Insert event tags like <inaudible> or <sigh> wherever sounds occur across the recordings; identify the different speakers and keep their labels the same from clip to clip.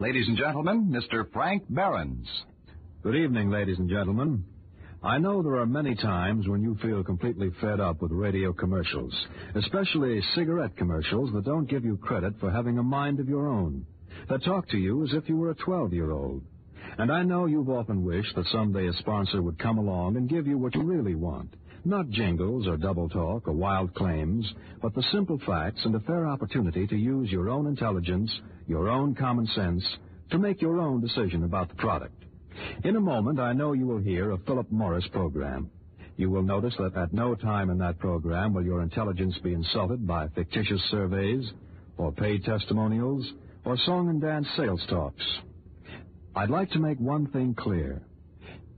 Speaker 1: Ladies and gentlemen, Mr. Frank Behrens.
Speaker 2: Good evening, ladies and gentlemen. I know there are many times when you feel completely fed up with radio commercials, especially cigarette commercials that don't give you credit for having a mind of your own, that talk to you as if you were a 12 year old. And I know you've often wished that someday a sponsor would come along and give you what you really want. Not jingles or double talk or wild claims, but the simple facts and a fair opportunity to use your own intelligence, your own common sense, to make your own decision about the product. In a moment, I know you will hear a Philip Morris program. You will notice that at no time in that program will your intelligence be insulted by fictitious surveys or paid testimonials or song and dance sales talks. I'd like to make one thing clear.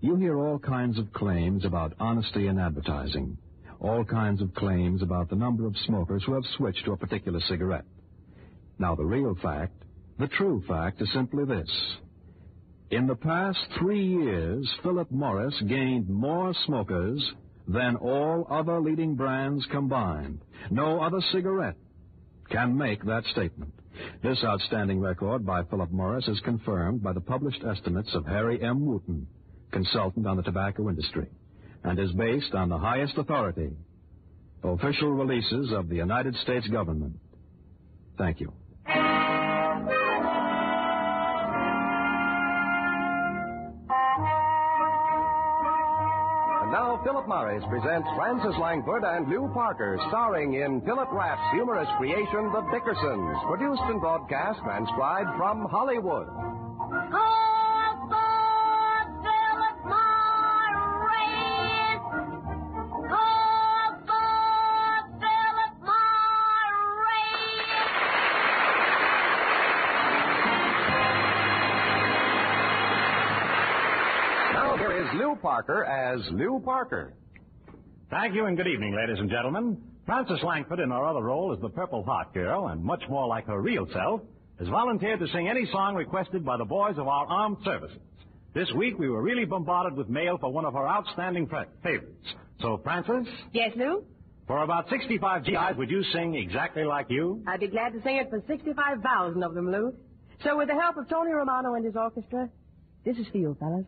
Speaker 2: You hear all kinds of claims about honesty in advertising, all kinds of claims about the number of smokers who have switched to a particular cigarette. Now, the real fact, the true fact, is simply this. In the past three years, Philip Morris gained more smokers than all other leading brands combined. No other cigarette can make that statement. This outstanding record by Philip Morris is confirmed by the published estimates of Harry M. Wooten, consultant on the tobacco industry, and is based on the highest authority, official releases of the United States government. Thank you.
Speaker 1: And now Philip Morris presents Francis Langford and Lou Parker, starring in Philip Raff's humorous creation, The Dickersons, produced and broadcast, transcribed from Hollywood.
Speaker 3: Call for Philip Morris. Call for Philip Morris.
Speaker 1: Now here is Lou Parker as Lou Parker.
Speaker 4: Thank you and good evening, ladies and gentlemen. Frances Langford, in her other role as the Purple Heart Girl, and much more like her real self, has volunteered to sing any song requested by the boys of our armed services. This week we were really bombarded with mail for one of her outstanding fra- favorites. So, Frances,
Speaker 5: Yes, Lou?
Speaker 4: for about 65 GIs, would you sing exactly like you?
Speaker 5: I'd be glad to sing it for 65,000 of them, Lou. So with the help of Tony Romano and his orchestra, this is for you, fellas.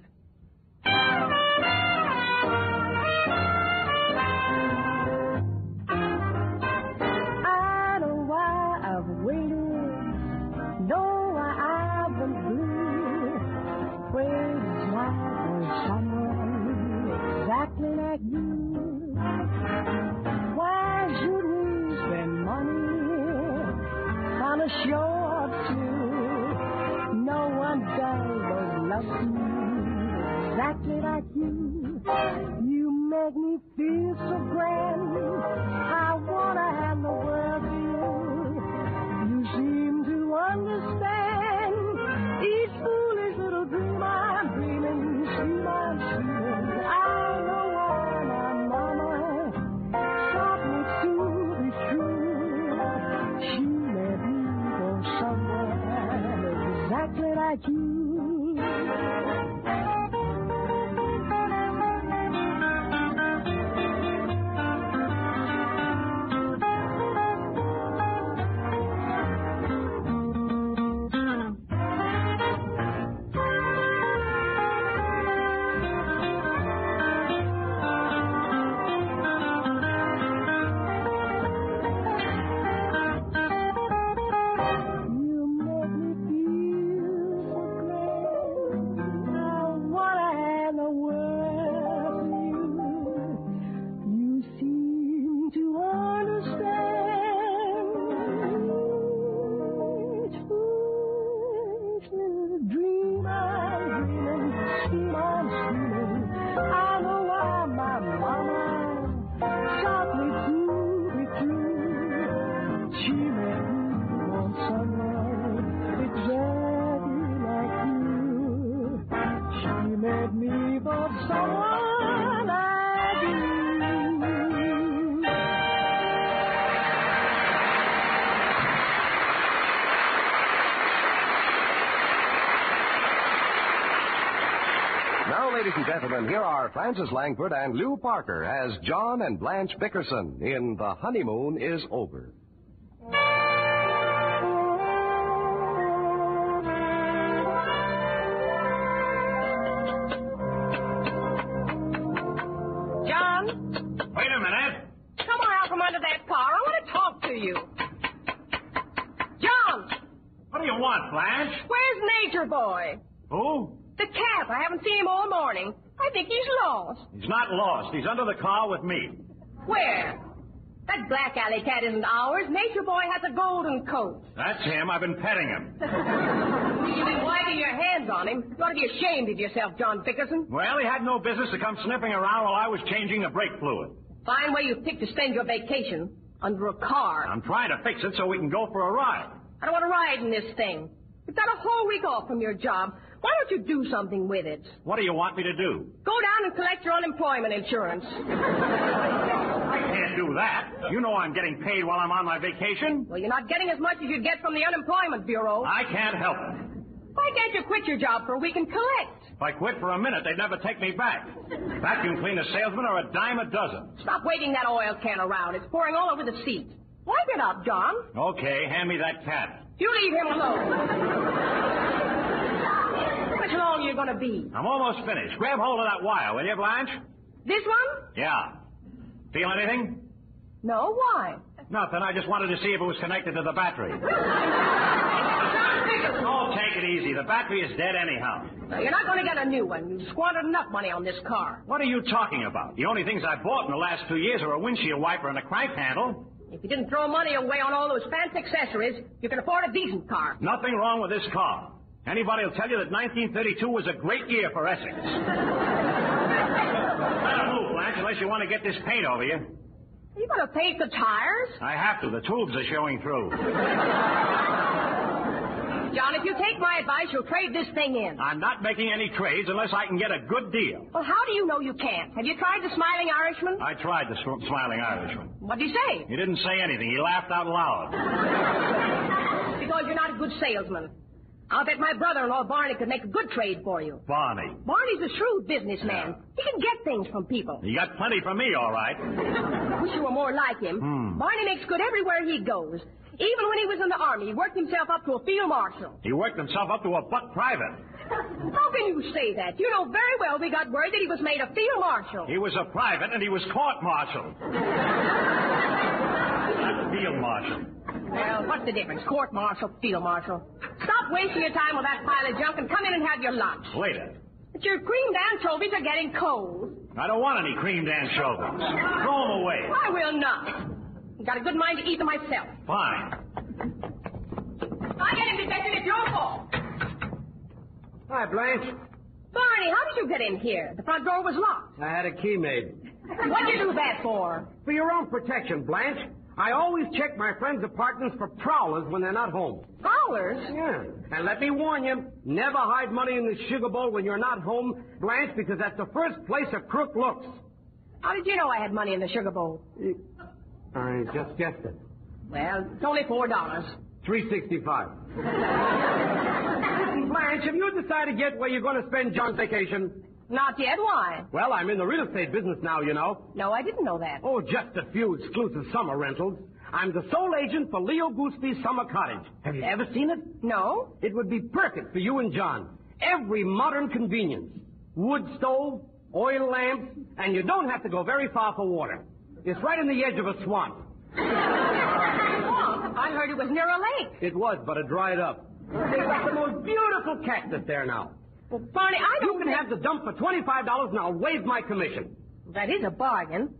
Speaker 5: I know why I've waited, know why I've been blue. Waiting for someone exactly like you. Why should we spend money on a show or two? No one does but love you exactly like you. You make me feel so grand. I wanna have the world to you. You seem to understand each foolish little dream I'm dreaming, dream I'm dreaming. I know why my mama taught me to be true. She let me go somewhere exactly like you. You make me feel so grand. I wanna have the world you. You seem to understand. Each foolish little dream I'm dreaming, dream I'm dreaming. I know why my mama taught me to be true. She made me want someone exactly like you. She made me want someone like you.
Speaker 1: Now, ladies and gentlemen, here are Francis Langford and Lou Parker as John and Blanche Dickerson in The Honeymoon Is Over.
Speaker 3: Thank you.
Speaker 5: you. John,
Speaker 2: What do you want, Blanche?
Speaker 5: where's Nature Boy?
Speaker 2: Who?
Speaker 5: The cat. I haven't seen him all morning. I think he's lost.
Speaker 2: He's not lost. He's under the car with me.
Speaker 5: Where? That black alley cat isn't ours. Nature Boy has a golden coat.
Speaker 2: That's him. I've been petting him.
Speaker 5: You've been wiping your hands on him. You ought to be ashamed of yourself, John Dickerson.
Speaker 2: Well, he had no business to come sniffing around while I was changing the brake fluid.
Speaker 5: Fine way you picked to spend your vacation. Under a car.
Speaker 2: I'm trying to fix it so we can go for a ride.
Speaker 5: I don't want to ride in this thing. You've got a whole week off from your job. Why don't you do something with it?
Speaker 2: What do you want me to do?
Speaker 5: Go down and collect your unemployment insurance.
Speaker 2: I can't do that. You know I'm getting paid while I'm on my vacation.
Speaker 5: Well, you're not getting as much as you'd get from the Unemployment Bureau.
Speaker 2: I can't help it.
Speaker 5: Why can't you quit your job for a week and collect?
Speaker 2: If I quit for a minute, they'd never take me back. Vacuum cleaner salesmen are a dime a dozen.
Speaker 5: Stop waving that oil can around. It's pouring all over the seat. Wipe it up, John.
Speaker 2: Okay, hand me that cat.
Speaker 5: You leave him alone. How much longer you going to be?
Speaker 2: I'm almost finished. Grab hold of that wire, will you, Blanche?
Speaker 5: This one?
Speaker 2: Yeah. Feel anything?
Speaker 5: No, why?
Speaker 2: Nothing. I just wanted to see if it was connected to the battery. Oh, take it easy. The battery is dead anyhow.
Speaker 5: Now, you're not going to get a new one. You've squandered enough money on this car.
Speaker 2: What are you talking about? The only things I bought in the last two years are a windshield wiper and a crank handle.
Speaker 5: If you didn't throw money away on all those fancy accessories, you could afford a decent car.
Speaker 2: Nothing wrong with this car. Anybody will tell you that 1932 was a great year for Essex. Better move, Blanche, unless you want to get this paint over you.
Speaker 5: Are you going to paint the tires?
Speaker 2: I have to. The tubes are showing through.
Speaker 5: John, if you take my advice, you'll trade this thing in.
Speaker 2: I'm not making any trades unless I can get a good deal.
Speaker 5: Well, how do you know you can't? Have you tried the smiling Irishman?
Speaker 2: I tried the sm- smiling Irishman.
Speaker 5: What'd he say?
Speaker 2: He didn't say anything. He laughed out loud.
Speaker 5: Because you're not a good salesman. I'll bet my brother-in-law Barney could make a good trade for you.
Speaker 2: Barney,
Speaker 5: Barney's a shrewd businessman. He can get things from people.
Speaker 2: you got plenty for me, all right.
Speaker 5: Wish you were more like him. Barney makes good everywhere he goes. Even when he was in the army, he worked himself up to a field marshal.
Speaker 2: He worked himself up to a buck private.
Speaker 5: How can you say that? You know very well we got word that he was made a field marshal.
Speaker 2: He was a private and he was court martialed. Not field marshal.
Speaker 5: Well, what's the difference? Court martial, field marshal. Stop wasting your time with that pile of junk and come in and have your lunch.
Speaker 2: Later.
Speaker 5: But your creamed anchovies are getting cold.
Speaker 2: I don't want any creamed anchovies. Throw 'em away.
Speaker 5: I will not. I've got a good mind to eat them myself.
Speaker 2: Fine.
Speaker 5: I get him, Detective. It's your fault.
Speaker 6: Hi, Blanche.
Speaker 5: Barney, how did you get in here? The front door was locked.
Speaker 6: I had a key made.
Speaker 5: What'd you do that for?
Speaker 6: For your own protection, Blanche, I always check my friends' apartments for prowlers when they're not home.
Speaker 5: Dollars?
Speaker 6: Yeah. And let me warn you, never hide money in the sugar bowl when you're not home, Blanche, because that's the first place a crook looks.
Speaker 5: How did you know I had money in the sugar bowl?
Speaker 6: I just guessed it.
Speaker 5: Well, it's only four dollars.
Speaker 6: <laughs> 365. Blanche, have you decided yet where you're going to spend John's vacation?
Speaker 5: Not yet. Why?
Speaker 6: Well, I'm in the real estate business now, you know.
Speaker 5: No, I didn't know that.
Speaker 6: Oh, just a few exclusive summer rentals. I'm the sole agent for Leo Goosby's Summer Cottage. Have you ever seen it?
Speaker 5: No?
Speaker 6: It would be perfect for you and John. Every modern convenience. Wood stove, oil lamps, and you don't have to go very far for water. It's right in the edge of a swamp.
Speaker 5: Oh, I heard it was near a lake.
Speaker 6: It was, but it dried up. They've got the most beautiful cactus there now.
Speaker 5: Well, Barney, I
Speaker 6: You
Speaker 5: don't
Speaker 6: can
Speaker 5: think-
Speaker 6: have the dump for $25 and I'll waive my commission.
Speaker 5: That is a bargain.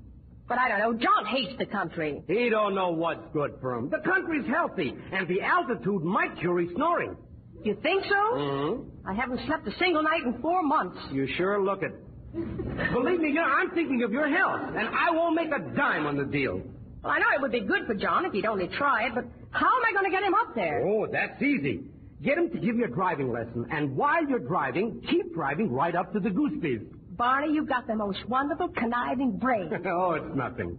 Speaker 5: But I don't know. John hates the country.
Speaker 6: He don't know what's good for him. The country's healthy, and the altitude might cure his snoring. Mm-hmm.
Speaker 5: You think so? I haven't slept a single night in four months.
Speaker 6: You sure look it. Believe me, you know, I'm thinking of your health, and I won't make a dime on the deal.
Speaker 5: Well, I know it would be good for John if he'd only try it, but how am I going to get him up there?
Speaker 6: Oh, that's easy. Get him to give you a driving lesson, and while you're driving, keep driving right up to the goosebees.
Speaker 5: Barney, you've got the most wonderful conniving brain.
Speaker 6: <laughs> oh, it's nothing.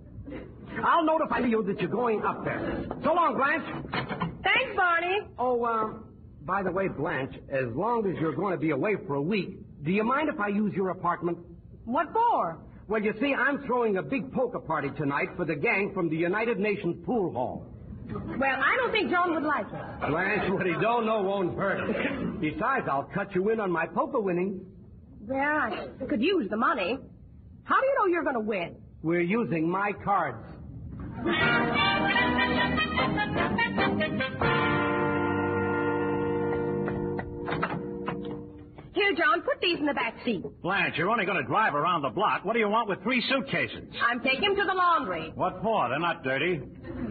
Speaker 6: I'll notify you that you're going up there. So long, Blanche.
Speaker 5: Thanks, Barney.
Speaker 6: Oh, um, by the way, Blanche, as long as you're going to be away for a week, do you mind if I use your apartment?
Speaker 5: What for?
Speaker 6: Well, you see, I'm throwing a big poker party tonight for the gang from the United Nations pool hall.
Speaker 5: Well, I don't think John would like it.
Speaker 6: Blanche, what he don't know won't hurt him. Besides, I'll cut you in on my poker winning.
Speaker 5: Well, I could use the money. How do you know you're going to win?
Speaker 6: We're using my cards.
Speaker 5: Here, John, put these in the back seat.
Speaker 2: Blanche, you're only going to drive around the block. What do you want with three suitcases?
Speaker 5: I'm taking him to the laundry.
Speaker 2: What for? They're not dirty.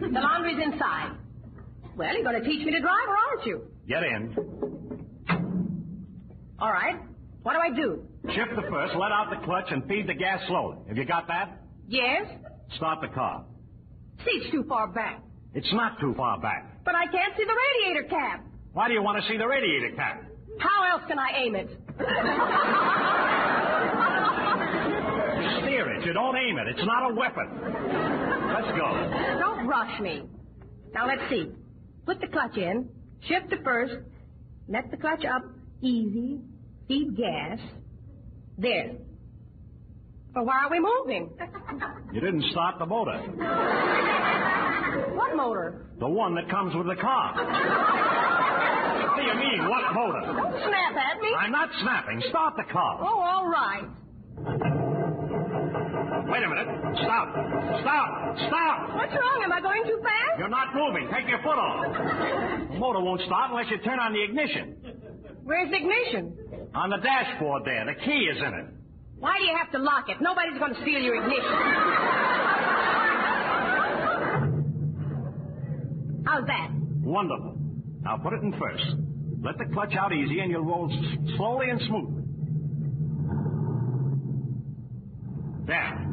Speaker 5: The laundry's inside. Well, you're going to teach me to drive, or aren't you?
Speaker 2: Get in.
Speaker 5: All right. What do I do?
Speaker 2: Shift the first, let out the clutch, and feed the gas slowly. Have you got that?
Speaker 5: Yes?
Speaker 2: Start the car.
Speaker 5: Seat's too far back.
Speaker 2: It's not too far back.
Speaker 5: But I can't see the radiator cap.
Speaker 2: Why do you want to see the radiator cap?
Speaker 5: How else can I aim it?
Speaker 2: You steer it. You don't aim it. It's not a weapon. Let's go.
Speaker 5: Don't rush me. Now let's see. Put the clutch in, shift to first, let the clutch up easy, feed gas. There. But why are we moving?
Speaker 2: You didn't start the motor.
Speaker 5: What motor?
Speaker 2: The one that comes with the car. what do you mean, what motor?
Speaker 5: Don't snap at me.
Speaker 2: I'm not snapping. Start the
Speaker 5: Oh,
Speaker 2: car.
Speaker 5: all right.
Speaker 2: Wait a minute. Stop. Stop. Stop.
Speaker 5: What's wrong? Am I going too fast?
Speaker 2: You're not moving. Take your foot off. The motor won't start unless you turn on the ignition.
Speaker 5: Where's the ignition?
Speaker 2: On the dashboard there. The key is in it.
Speaker 5: Why do you have to lock it? Nobody's going to steal your ignition. How's that?
Speaker 2: Wonderful. Now put it in first. Let the clutch out easy and you'll roll s- slowly and smoothly. There.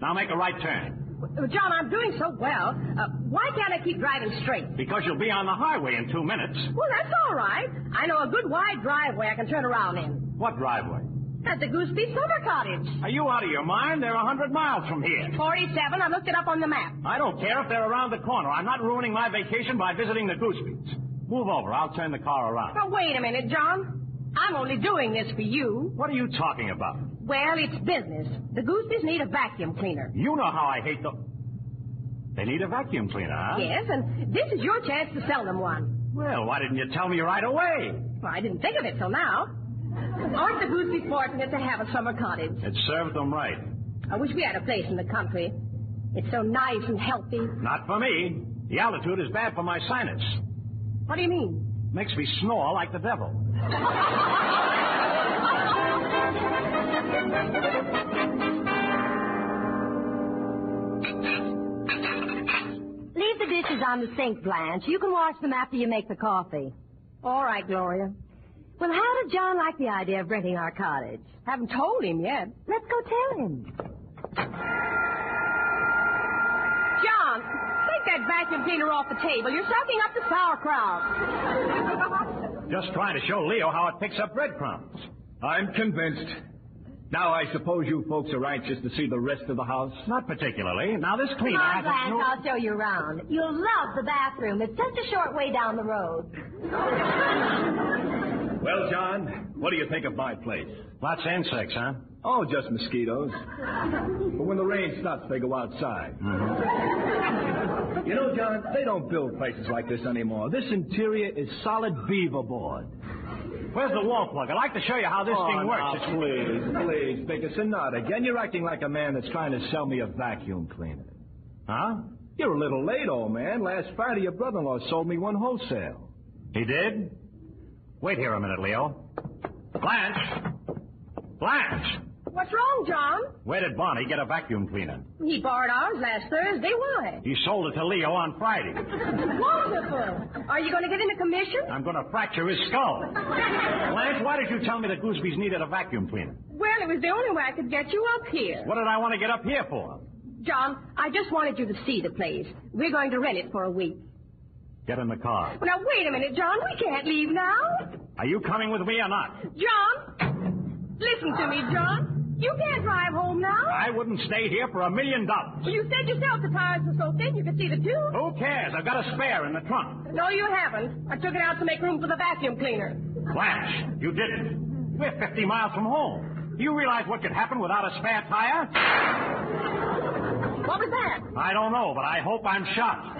Speaker 2: Now make a right turn.
Speaker 5: Well, John, I'm doing so well. Uh, why can't I keep driving straight?
Speaker 2: Because you'll be on the highway in two minutes.
Speaker 5: Well, that's all right. I know a good wide driveway I can turn around in.
Speaker 2: What driveway?
Speaker 5: At the Gooseby Summer Cottage.
Speaker 2: Are you out of your mind? They're a hundred miles from here.
Speaker 5: 47, I looked it up on the map.
Speaker 2: I don't care if they're around the corner. I'm not ruining my vacation by visiting the Goosebeats. Move over. I'll turn the car around.
Speaker 5: But wait a minute, John. I'm only doing this for you.
Speaker 2: What are you talking about?
Speaker 5: Well, it's business. The Goosebies need a vacuum cleaner.
Speaker 2: You know how I hate the... They need a vacuum cleaner, huh?
Speaker 5: Yes, and this is your chance to sell them one.
Speaker 2: Well, why didn't you tell me right away?
Speaker 5: Well, I didn't think of it till now. Aren't the Goosebies fortunate to have a summer cottage?
Speaker 2: It served them right.
Speaker 5: I wish we had a place in the country. It's so nice and healthy.
Speaker 2: Not for me. The altitude is bad for my sinus.
Speaker 5: What do you mean?
Speaker 2: Makes me snore like the devil.
Speaker 7: Leave the dishes on the sink, Blanche. You can wash them after you make the coffee.
Speaker 5: All right, Gloria.
Speaker 7: Well, how did John like the idea of renting our cottage?
Speaker 5: Haven't told him yet.
Speaker 7: Let's go tell him.
Speaker 5: John, take that vacuum cleaner off the table. You're sucking up the
Speaker 7: <laughs>
Speaker 5: sauerkraut.
Speaker 2: Just trying to show Leo how it picks up breadcrumbs.
Speaker 8: I'm convinced. Now, I suppose you folks are anxious to see the rest of the house.
Speaker 2: Not particularly. Now, this
Speaker 7: Come
Speaker 2: cleaner...
Speaker 7: on,
Speaker 2: has a-
Speaker 7: Blanche. I'll show you around. You'll love the bathroom. It's just a short way down the road.
Speaker 8: Well, John, what do you think of my place?
Speaker 2: Lots of insects, huh?
Speaker 8: Oh, just mosquitoes. But when the rain stops, they go outside. you know, John, they don't build places like this anymore. This interior is solid beaver board.
Speaker 2: Where's the wall plug? I'd like to show you how this thing works.
Speaker 8: now,
Speaker 2: It's-
Speaker 8: please, please, Dickerson, not again. You're acting like a man that's trying to sell me a vacuum cleaner.
Speaker 2: Huh?
Speaker 8: You're a little late, old man. Last Friday, your brother-in-law sold me one wholesale.
Speaker 2: He did? Wait here a minute, Leo. Blanche! Blanche!
Speaker 5: What's wrong, John?
Speaker 2: Where did Bonnie get a vacuum cleaner?
Speaker 5: He borrowed ours last Thursday. Why?
Speaker 2: He sold it to Leo on Friday.
Speaker 5: <laughs> Wonderful. Are you going to get into commission? <laughs>
Speaker 2: I'm going to fracture his skull. Blanche, why did you tell me the Goosebees needed a vacuum cleaner?
Speaker 5: Well, it was the only way I could get you up here.
Speaker 2: What did I want to get up here for?
Speaker 5: John, I just wanted you to see the place. We're going to rent it for a week.
Speaker 2: Get in the car.
Speaker 5: Well, now, wait a minute, John. We can't leave now.
Speaker 2: Are you coming with me or not?
Speaker 5: John, listen to me, John. You can't drive home now.
Speaker 2: I wouldn't stay here for a million dollars.
Speaker 5: You said yourself the tires were so thin you could see the tube.
Speaker 2: Who cares? I've got a spare in the trunk.
Speaker 5: No, you haven't. I took it out to make room for the vacuum cleaner.
Speaker 2: Blanche, you didn't. We're 50 miles from home. Do you realize what could happen without a spare tire?
Speaker 5: What was that?
Speaker 2: I don't know, but I hope I'm shot.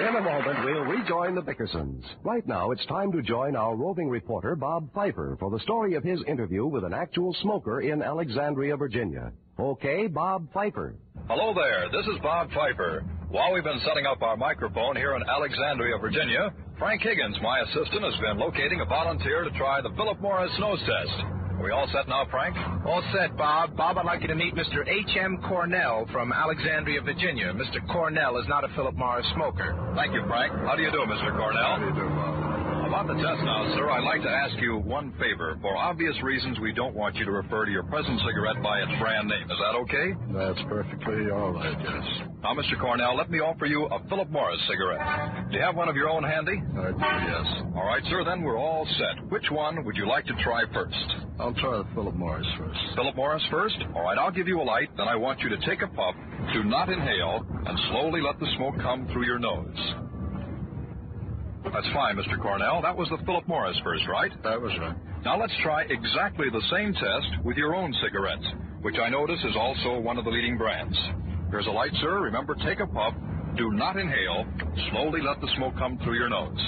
Speaker 9: In
Speaker 10: a moment, we'll rejoin the Bickersons. Right now, it's time to join our roving reporter, Bob Pfeiffer, for the story of his interview with an actual smoker in Alexandria, Virginia. Okay, Bob Pfeiffer.
Speaker 9: Hello there, this is Bob Pfeiffer. While we've been setting up our microphone here in Alexandria, Virginia, Frank Higgins, my assistant, has been locating a volunteer to try the Philip Morris nose test. Are we all set now, Frank?
Speaker 11: All set, Bob. Bob, I'd like you to meet Mr. H.M. Cornell from Alexandria, Virginia. Mr. Cornell is not a Philip Morris smoker.
Speaker 9: Thank you, Frank. How do you do, Mr. Cornell? How do you do, Bob? About the test now, sir, I'd like to ask you one favor. For obvious reasons, we don't want you to refer to your present cigarette by its brand name. Is that okay?
Speaker 12: That's perfectly all right, yes.
Speaker 9: Now, Mr. Cornell, let me offer you a Philip Morris cigarette. Do you have one of your own handy?
Speaker 12: I do, yes.
Speaker 9: All right, sir, then we're all set. Which one would you like to try first?
Speaker 12: I'll try the Philip Morris first.
Speaker 9: Philip Morris first? All right, I'll give you a light, then I want you to take a puff, do not inhale, and slowly let the smoke come through your nose. That's fine, Mr. Cornell. That was the Philip Morris first, right?
Speaker 12: That was right.
Speaker 9: Now let's try exactly the same test with your own cigarettes, which I notice is also one of the leading brands. Here's a light, sir. Remember, take a puff. Do not inhale. Slowly let the smoke come through your nose.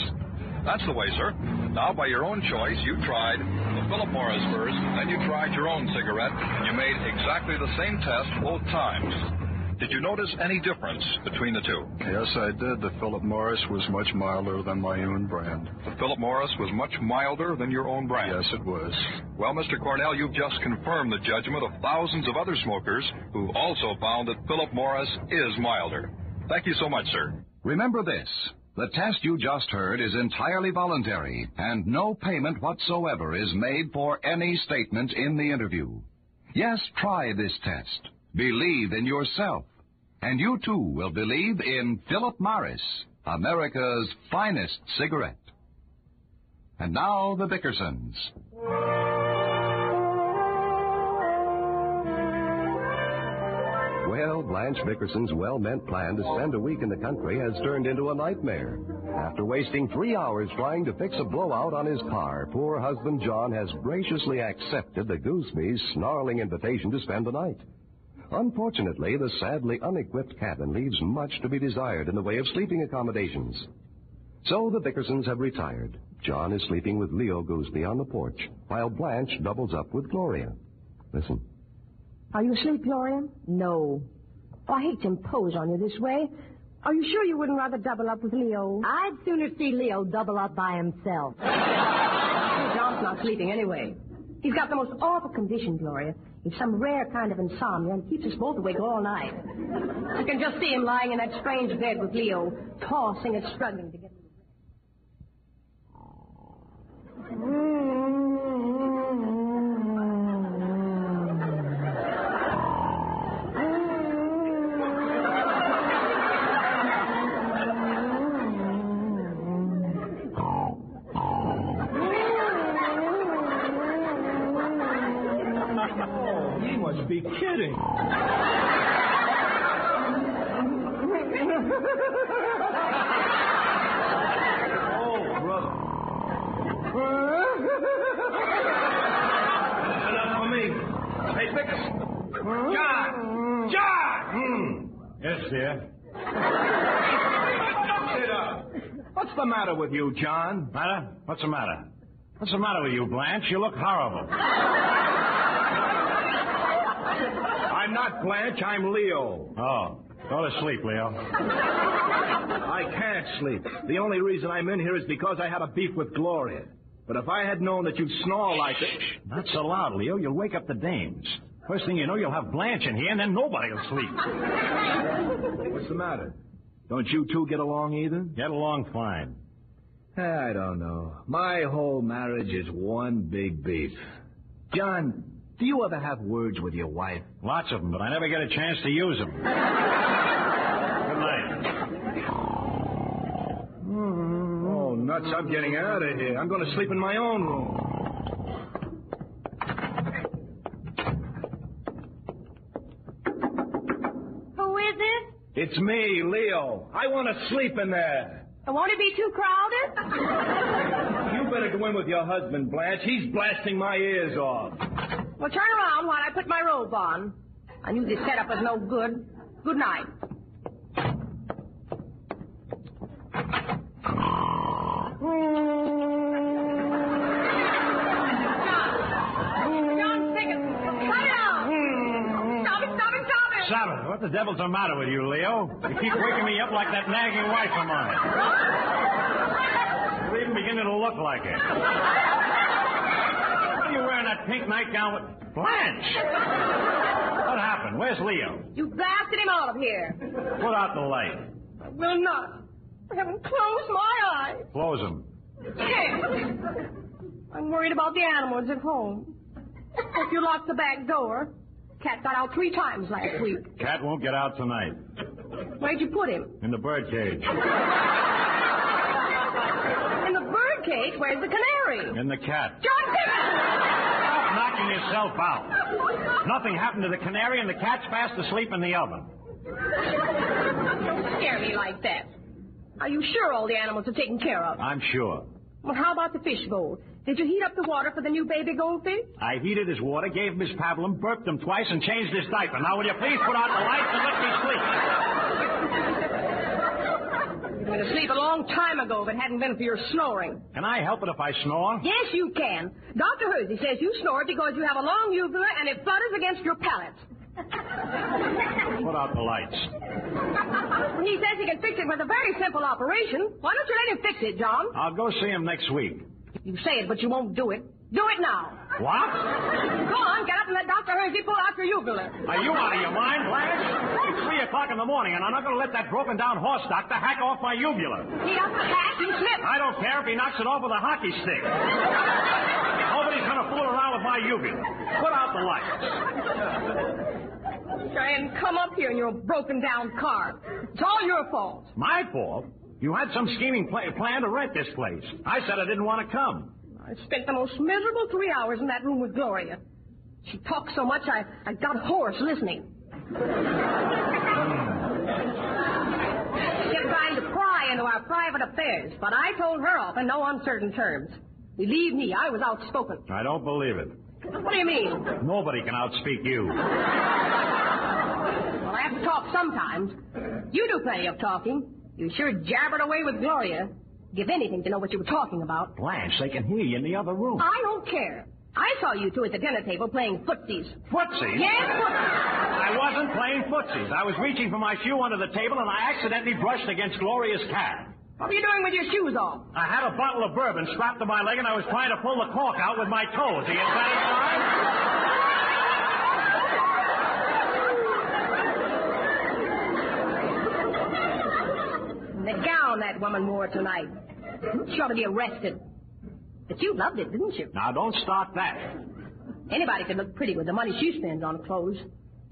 Speaker 9: That's the way, sir. Now, by your own choice, you tried the Philip Morris first, then you tried your own cigarette, and you made exactly the same test both times. Did you notice any difference between the two?
Speaker 12: Yes, I did. The Philip Morris was much milder than my own brand.
Speaker 9: The Philip Morris was much milder than your own brand.
Speaker 12: Yes, it was.
Speaker 9: Well, Mr. Cornell, you've just confirmed the judgment of thousands of other smokers who've also found that Philip Morris is milder. Thank you so much, sir.
Speaker 10: Remember this the test you just heard is entirely voluntary, and no payment whatsoever is made for any statement in the interview. Yes, try this test. Believe in yourself. And you too will believe in Philip Morris, America's finest cigarette. And now, the Bickersons. Well, Blanche Bickerson's well meant plan to spend a week in the country has turned into a nightmare. After wasting three hours trying to fix a blowout on his car, poor husband John has graciously accepted the gooseme's snarling invitation to spend the night. Unfortunately, the sadly unequipped cabin leaves much to be desired in the way of sleeping accommodations. So the Bickersons have retired. John is sleeping with Leo Gooseby on the porch, while Blanche doubles up with Gloria. Listen.
Speaker 13: Are you asleep, Gloria?
Speaker 14: No.
Speaker 13: Oh, I hate to impose on you this way. Are you sure you wouldn't rather double up with Leo?
Speaker 14: I'd sooner see Leo double up by himself.
Speaker 5: John's not sleeping anyway. He's got the most awful condition, Gloria. He's some rare kind of insomnia and keeps us both awake all night. You can just see him lying in that strange bed with Leo, tossing and struggling to get.
Speaker 14: <laughs>
Speaker 2: You must be kidding. oh, brother. Enough for me. Hey, Vickers. John! John! Yes, dear. Sit up. What's the matter with you, John?
Speaker 6: Matter? What's the matter? What's the matter with you, Blanche? You look horrible.
Speaker 2: I'm not Blanche, I'm Leo.
Speaker 6: Oh, go to sleep, Leo.
Speaker 2: I can't sleep. The only reason I'm in here is because I had a beef with Gloria. But if I had known that you'd snore like that.
Speaker 6: Not so loud, Leo. You'll wake up the dames. First thing you know, you'll have Blanche in here, and then nobody will sleep.
Speaker 2: What's the matter? Don't you two get along either?
Speaker 6: Get along fine.
Speaker 2: I don't know. My whole marriage is one big beef. John, do you ever have words with your wife?
Speaker 6: Lots of them, but I never get a chance to use them. Good night.
Speaker 2: Oh, nuts. I'm getting out of here. I'm going to sleep in my own room.
Speaker 3: Who is it?
Speaker 2: It's me, Leo. I want to sleep in there.
Speaker 3: And Won't it be too crowded?
Speaker 2: You better go in with your husband, Blanche. He's blasting my ears off.
Speaker 5: Well, turn around while I put my robe on. I knew this setup was no good. Good night.
Speaker 2: Sabbath, what the devil's the matter with you, Leo? You keep waking me up like that nagging wife of mine. You're even beginning to look like it. Why are you wearing that pink nightgown with Blanche? What happened? Where's Leo?
Speaker 5: You blasted him out of here.
Speaker 2: Put out the light.
Speaker 5: I will not. I haven't closed my eyes.
Speaker 2: Close them.
Speaker 5: Can't. I'm worried about the animals at home. If you lock the back door, Cat got out three times last week.
Speaker 2: Cat won't get out tonight.
Speaker 5: Where'd you put him?
Speaker 2: In the bird cage.
Speaker 5: In the bird cage? Where's the canary?
Speaker 2: In the cat.
Speaker 5: John
Speaker 2: Stop knocking yourself out. Nothing happened to the canary, and the cat's fast asleep in the oven.
Speaker 5: Don't scare me like that. Are you sure all the animals are taken care of?
Speaker 2: I'm sure.
Speaker 5: Well, how about the fish bowl? Did you heat up the water for the new baby goldfish?
Speaker 2: I heated his water, gave Miss Pablum, burped him twice, and changed his diaper. Now, will you please put out the lights and let me
Speaker 5: sleep? You went to sleep a long time ago if it hadn't been for your snoring.
Speaker 2: Can I help it if I snore?
Speaker 5: Yes, you can. Dr. Hersey says you snore because you have a long uvula and it flutters against your palate. <laughs>
Speaker 2: Put out the lights.
Speaker 5: He says he can fix it with a very simple operation. Why don't you let him fix it, John?
Speaker 2: I'll go see him next week.
Speaker 5: You say it, but you won't do it. Do it now.
Speaker 2: What?
Speaker 5: Go on, get up and let Dr. Hersey pull out your uvula.
Speaker 2: Are you out of your mind, Blanche? It's three o'clock in the morning, and I'm not going to let that broken down horse doctor hack off my uvula.
Speaker 5: He doesn't hack, he slips.
Speaker 2: I don't care if he knocks it off with a hockey stick. Nobody's going to fool around with my uvula. Put out the lights.
Speaker 5: Try and come up here in your broken down car. It's all your fault.
Speaker 2: My fault? You had some scheming pl- plan to rent this place. I said I didn't want to come.
Speaker 5: I spent the most miserable three hours in that room with Gloria. She talked so much I, I got hoarse listening. she kept trying to pry into our private affairs, but I told her off in no uncertain terms. Believe me, I was outspoken.
Speaker 2: I don't believe it.
Speaker 5: What do you mean?
Speaker 2: Nobody can outspeak
Speaker 5: you. well, I have to talk sometimes. You do plenty of talking. You sure jabbered away with Gloria. Give anything to know what you were talking about.
Speaker 2: Blanche, they can hear you in the other room.
Speaker 5: I don't care. I saw you two at the dinner table playing footsies.
Speaker 2: Footsies?
Speaker 5: Yes,
Speaker 2: I
Speaker 5: footsies.
Speaker 2: wasn't playing footsies. I was reaching for my shoe under the table, and I accidentally brushed against Gloria's cat.
Speaker 5: What were you doing with your shoes off?
Speaker 2: I had a bottle of bourbon strapped to my leg, and I was trying to pull the cork out with my toes. Are you satisfied?
Speaker 5: The gown that woman wore tonight. She ought to be arrested. But you loved it, didn't you?
Speaker 2: Now, don't start that.
Speaker 5: Anybody can look pretty with the money she spends on clothes.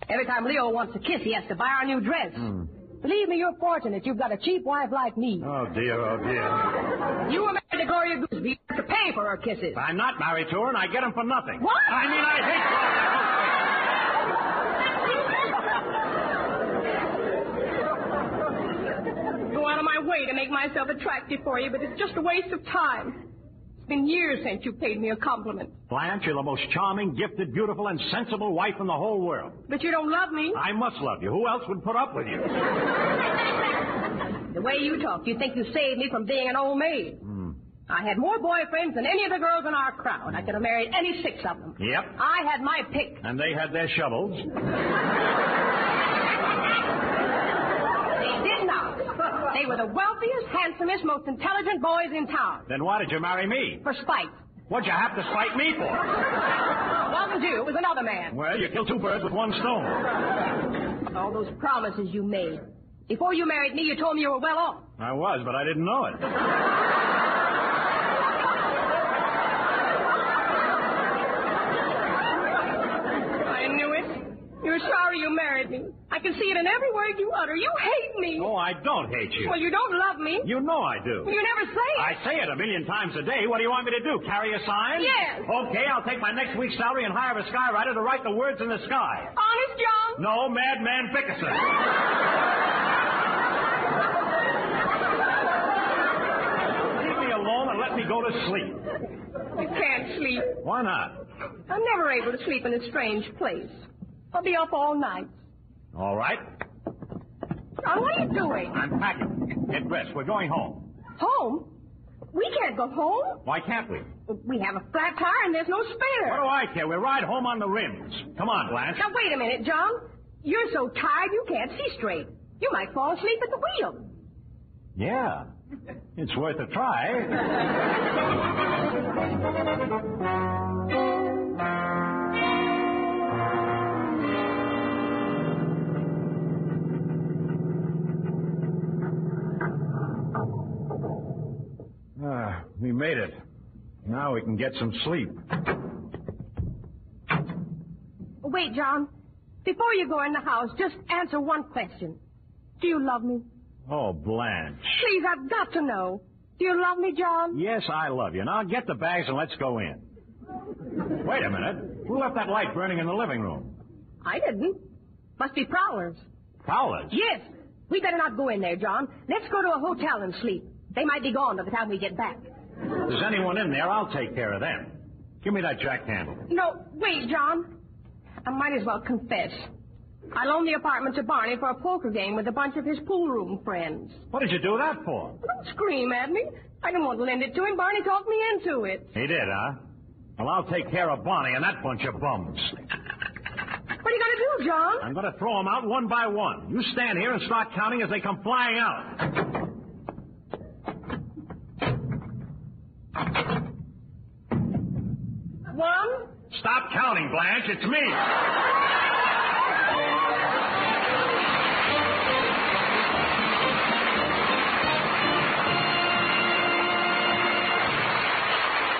Speaker 5: Every time Leo wants to kiss, he has to buy her a new dress. Mm. Believe me, you're fortunate you've got a cheap wife like me.
Speaker 2: Oh, dear, oh, dear.
Speaker 5: You were married to Gloria Gooseby. You have to pay for her kisses.
Speaker 2: I'm not married to her, and I get them for nothing.
Speaker 5: What?
Speaker 2: I mean, I hate...
Speaker 5: out of my way to make myself attractive for you, but it's just a waste of time. It's been years since you paid me a compliment.
Speaker 2: Blanche, you're the most charming, gifted, beautiful, and sensible wife in the whole world.
Speaker 5: But you don't love me.
Speaker 2: I must love you. Who else would put up with you?
Speaker 5: the way you talk, you think you saved me from being an old maid.
Speaker 2: Hmm.
Speaker 5: Mm. I had more boyfriends than any of the girls in our crowd. I could have married any six of them.
Speaker 2: Yep.
Speaker 5: I had my pick.
Speaker 2: And they had their shovels.
Speaker 5: They were the wealthiest, handsomest, most intelligent boys in town.
Speaker 2: Then why did you marry me?
Speaker 5: For spite.
Speaker 2: What'd you have to spite me for?
Speaker 5: It wasn't you. It was another man.
Speaker 2: Well, you killed two birds with one stone.
Speaker 5: All those promises you made. Before you married me, you told me you were well off.
Speaker 2: I was, but I didn't know it.
Speaker 5: I knew it. You're sorry you married me. I can see it in every word you utter. You hate me.
Speaker 2: Oh, I don't hate you.
Speaker 5: Well, you don't love me.
Speaker 2: You know I do.
Speaker 5: You never say it.
Speaker 2: I say it a million times a day. What do you want me to do? Carry a sign?
Speaker 5: Yes.
Speaker 2: Okay, I'll take my next week's salary and hire a skywriter to write the words in the sky.
Speaker 5: Honest, John?
Speaker 2: No, Madman Bickerson. Leave me alone and let me go to sleep.
Speaker 5: You can't sleep.
Speaker 2: Why not?
Speaker 5: I'm never able to sleep in a strange place. I'll be up all night.
Speaker 2: All right.
Speaker 5: John, what are you doing?
Speaker 2: I'm packing. Get dressed. We're going home.
Speaker 5: Home? We can't go home.
Speaker 2: Why can't we?
Speaker 5: We have a flat tire and there's no spare.
Speaker 2: What do I care? We ride home on the rims. Come on, Blanche.
Speaker 5: Now, wait a minute, John. You're so tired you can't see straight. You might fall asleep at the wheel.
Speaker 2: Yeah. It's worth a try. Ah, we made it. Now we can get some sleep.
Speaker 5: Wait, John. Before you go in the house, just answer one question. Do you love me?
Speaker 2: Oh, Blanche.
Speaker 5: Please, I've got to know. Do you love me, John?
Speaker 2: Yes, I love you. Now get the bags and let's go in. Wait a minute. Who left that light burning in the living room?
Speaker 5: I didn't. Must be prowlers.
Speaker 2: Prowlers?
Speaker 5: Yes. We better not go in there, John. Let's go to a hotel and sleep. They might be gone by the time we get back.
Speaker 2: If there's anyone in there, I'll take care of them. Give me that jack handle.
Speaker 5: No, wait, John. I might as well confess. I loaned the apartment to Barney for a poker game with a bunch of his pool room friends.
Speaker 2: What did you do that for?
Speaker 5: Don't scream at me. I didn't want to lend it to him. Barney talked me into it.
Speaker 2: He did, huh? Well, I'll take care of Barney and that bunch of bums.
Speaker 5: What are you going to do, John?
Speaker 2: I'm going to throw them out one by one. You stand here and start counting as they come flying out.
Speaker 5: One.
Speaker 2: Stop counting, Blanche. It's me.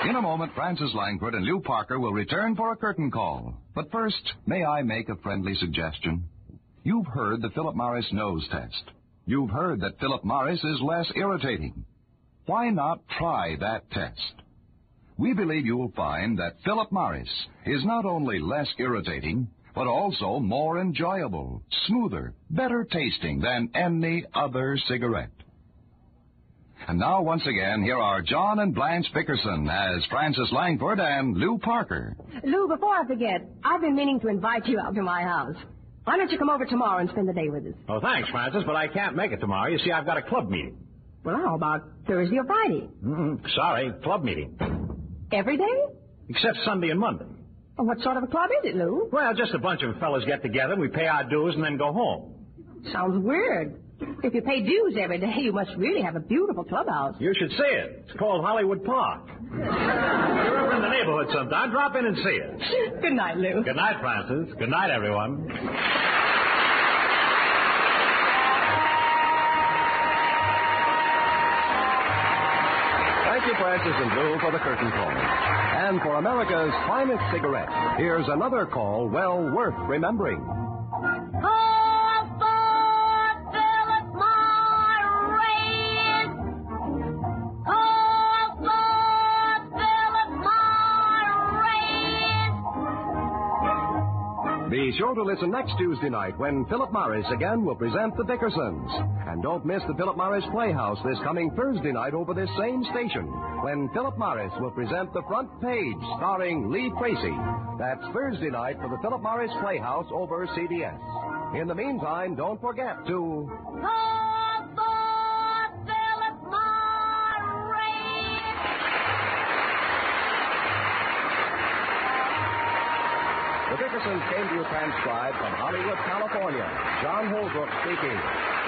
Speaker 9: In a moment, Francis Langford and Lou Parker will return for a curtain call. But first, may I make a friendly suggestion? You've heard the Philip Morris nose test. You've heard that Philip Morris is less irritating. Why not try that test? we believe you will find that Philip Morris is not only less irritating, but also more enjoyable, smoother, better tasting than any other cigarette. And now, once again, here are John and Blanche Bickerson as Francis Langford and Lou Parker.
Speaker 7: Lou, before I forget, I've been meaning to invite you out to my house. Why don't you come over tomorrow and spend the day with us?
Speaker 2: Oh, thanks, Francis, but I can't make it tomorrow. You see, I've got a club meeting.
Speaker 7: Well, how about Thursday or Friday?
Speaker 2: Mm-mm, sorry, club meeting.
Speaker 7: Every day?
Speaker 2: Except Sunday and Monday.
Speaker 7: Well, what sort of a club is it, Lou?
Speaker 2: Well, just a bunch of fellas get together, we pay our dues, and then go home.
Speaker 7: Sounds weird. If you pay dues every day, you must really have a beautiful clubhouse. <laughs>
Speaker 2: You should see it. It's called Hollywood Park. You're over in the neighborhood sometime. Drop in and see it.
Speaker 7: Good night, Lou.
Speaker 2: Good night, Francis. Good night, everyone.
Speaker 9: Thank you, Francis and Lou, for the curtain call. And for America's finest cigarette, here's another call well worth remembering. Be sure to listen next Tuesday night when Philip Morris again will present the Dickersons. And don't miss the Philip Morris Playhouse this coming Thursday night over this same station when Philip Morris will present The Front Page starring Lee Tracy. That's Thursday night for the Philip Morris Playhouse over CBS. In the meantime, don't forget to. The Dickersons came to you transcribed from Hollywood, California. John Holbrook speaking.